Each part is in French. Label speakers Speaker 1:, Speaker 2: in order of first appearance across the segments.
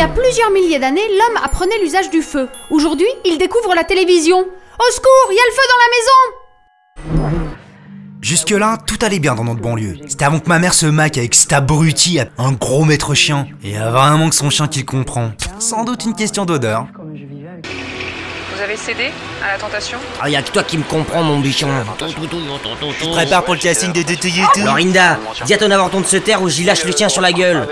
Speaker 1: a plusieurs milliers d'années, l'homme apprenait l'usage du feu. Aujourd'hui, il découvre la télévision. Au secours, il y a le feu dans la maison
Speaker 2: Jusque-là, tout allait bien dans notre banlieue. C'était avant que ma mère se maque avec cet abruti, un gros maître chien. Et a vraiment que son chien qui le comprend. Pff, Sans doute une question d'odeur.
Speaker 3: Vous avez cédé à la tentation
Speaker 4: Ah, y'a que toi qui me comprends, mon bichon.
Speaker 2: Prépare pour le casting des DTI et tout.
Speaker 4: Lorinda, dis à ton avorton de se taire ou j'y lâche le tien sur la gueule.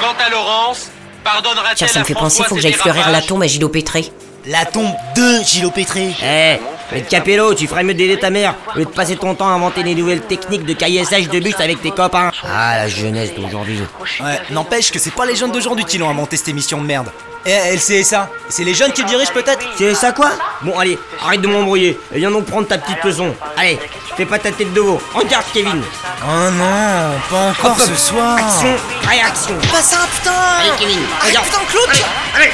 Speaker 5: Quant à Laurence, pardonnera-t-elle
Speaker 6: Tiens, ça me
Speaker 5: à
Speaker 6: fait penser,
Speaker 5: François
Speaker 6: faut que
Speaker 5: ses
Speaker 6: j'aille fleurir la
Speaker 5: dérapages
Speaker 6: tombe à Gilot Pétré.
Speaker 2: La tombe de Gilopétré.
Speaker 4: Eh, mais Capello, tu ferais mieux d'aider ta mère au lieu de passer ton temps à inventer des nouvelles techniques de caillessage de bus avec tes copains. Ah, la jeunesse d'aujourd'hui.
Speaker 2: Ouais, n'empêche que c'est pas les jeunes d'aujourd'hui qui l'ont inventé cette émission de merde. Eh, LCSA, c'est les jeunes qui le dirigent peut-être
Speaker 4: C'est ça quoi Bon, allez, arrête de m'embrouiller et viens donc prendre ta petite leçon. Allez, fais pas ta tête de veau. Regarde, Kevin.
Speaker 2: Oh non, pas encore ce soir.
Speaker 4: Ah. Action, réaction.
Speaker 2: Pas ça, putain
Speaker 4: Allez, Kevin, regarde.
Speaker 2: putain, Claude
Speaker 4: Allez, allez.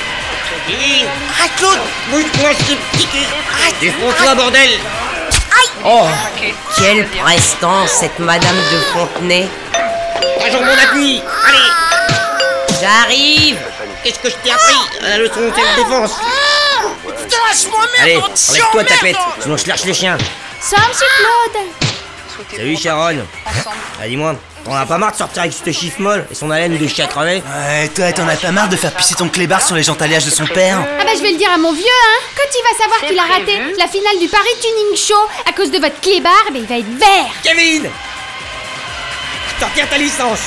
Speaker 4: Kevin,
Speaker 2: Ah, Claude
Speaker 4: bouge-moi ce petit cul. Défonce-toi, bordel. Oh.
Speaker 6: Quelle prestance, cette Madame de Fontenay.
Speaker 4: Toujours mon appui. Allez.
Speaker 6: J'arrive
Speaker 4: Qu'est-ce que je t'ai appris à La leçon de défense Allez, enlève-toi ta pète, sinon je lâche le chien
Speaker 1: Ça, monsieur Claude
Speaker 3: Souhaitez-vous
Speaker 4: Salut Sharon
Speaker 3: ensemble
Speaker 4: Ah dis-moi, t'en as pas marre de sortir avec ce chiffre molle et son haleine de chien crevé
Speaker 2: Ouais, toi, t'en as pas marre de faire pisser ton clébard sur les gentaillages de son père
Speaker 1: Ah bah je vais le dire à mon vieux, hein Quand il va savoir
Speaker 3: C'est
Speaker 1: qu'il a raté
Speaker 3: prévu.
Speaker 1: la finale du Paris Tuning Show à cause de votre clébard, bah, il va être vert
Speaker 4: Kevin Je te retire ta licence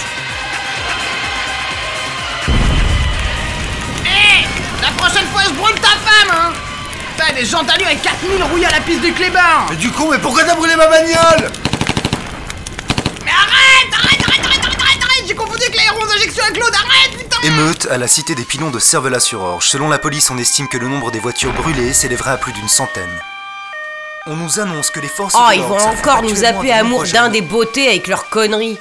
Speaker 7: La prochaine fois, je brûle ta femme, hein Putain, les gens d'allure et 4000 rouillés à la piste du Clébard
Speaker 8: Mais du coup, mais pourquoi t'as brûlé ma bagnole
Speaker 7: Mais arrête Arrête, arrête, arrête, arrête, arrête, arrête J'ai confondu avec l'aéron d'injection à Claude, arrête, putain
Speaker 8: Émeute à la cité des pilons de Cervelas-sur-Orge. Selon la police, on estime que le nombre des voitures brûlées s'élèvera à plus d'une centaine. On nous annonce que les forces.
Speaker 6: Oh,
Speaker 8: de
Speaker 6: ils
Speaker 8: l'ordre
Speaker 6: vont
Speaker 7: Oh,
Speaker 8: s'affrontent
Speaker 6: encore nous
Speaker 8: actuellement
Speaker 6: appeler
Speaker 8: à de
Speaker 6: amour
Speaker 8: nombreux
Speaker 6: d'un
Speaker 8: jeunes.
Speaker 6: des beautés avec leurs conneries.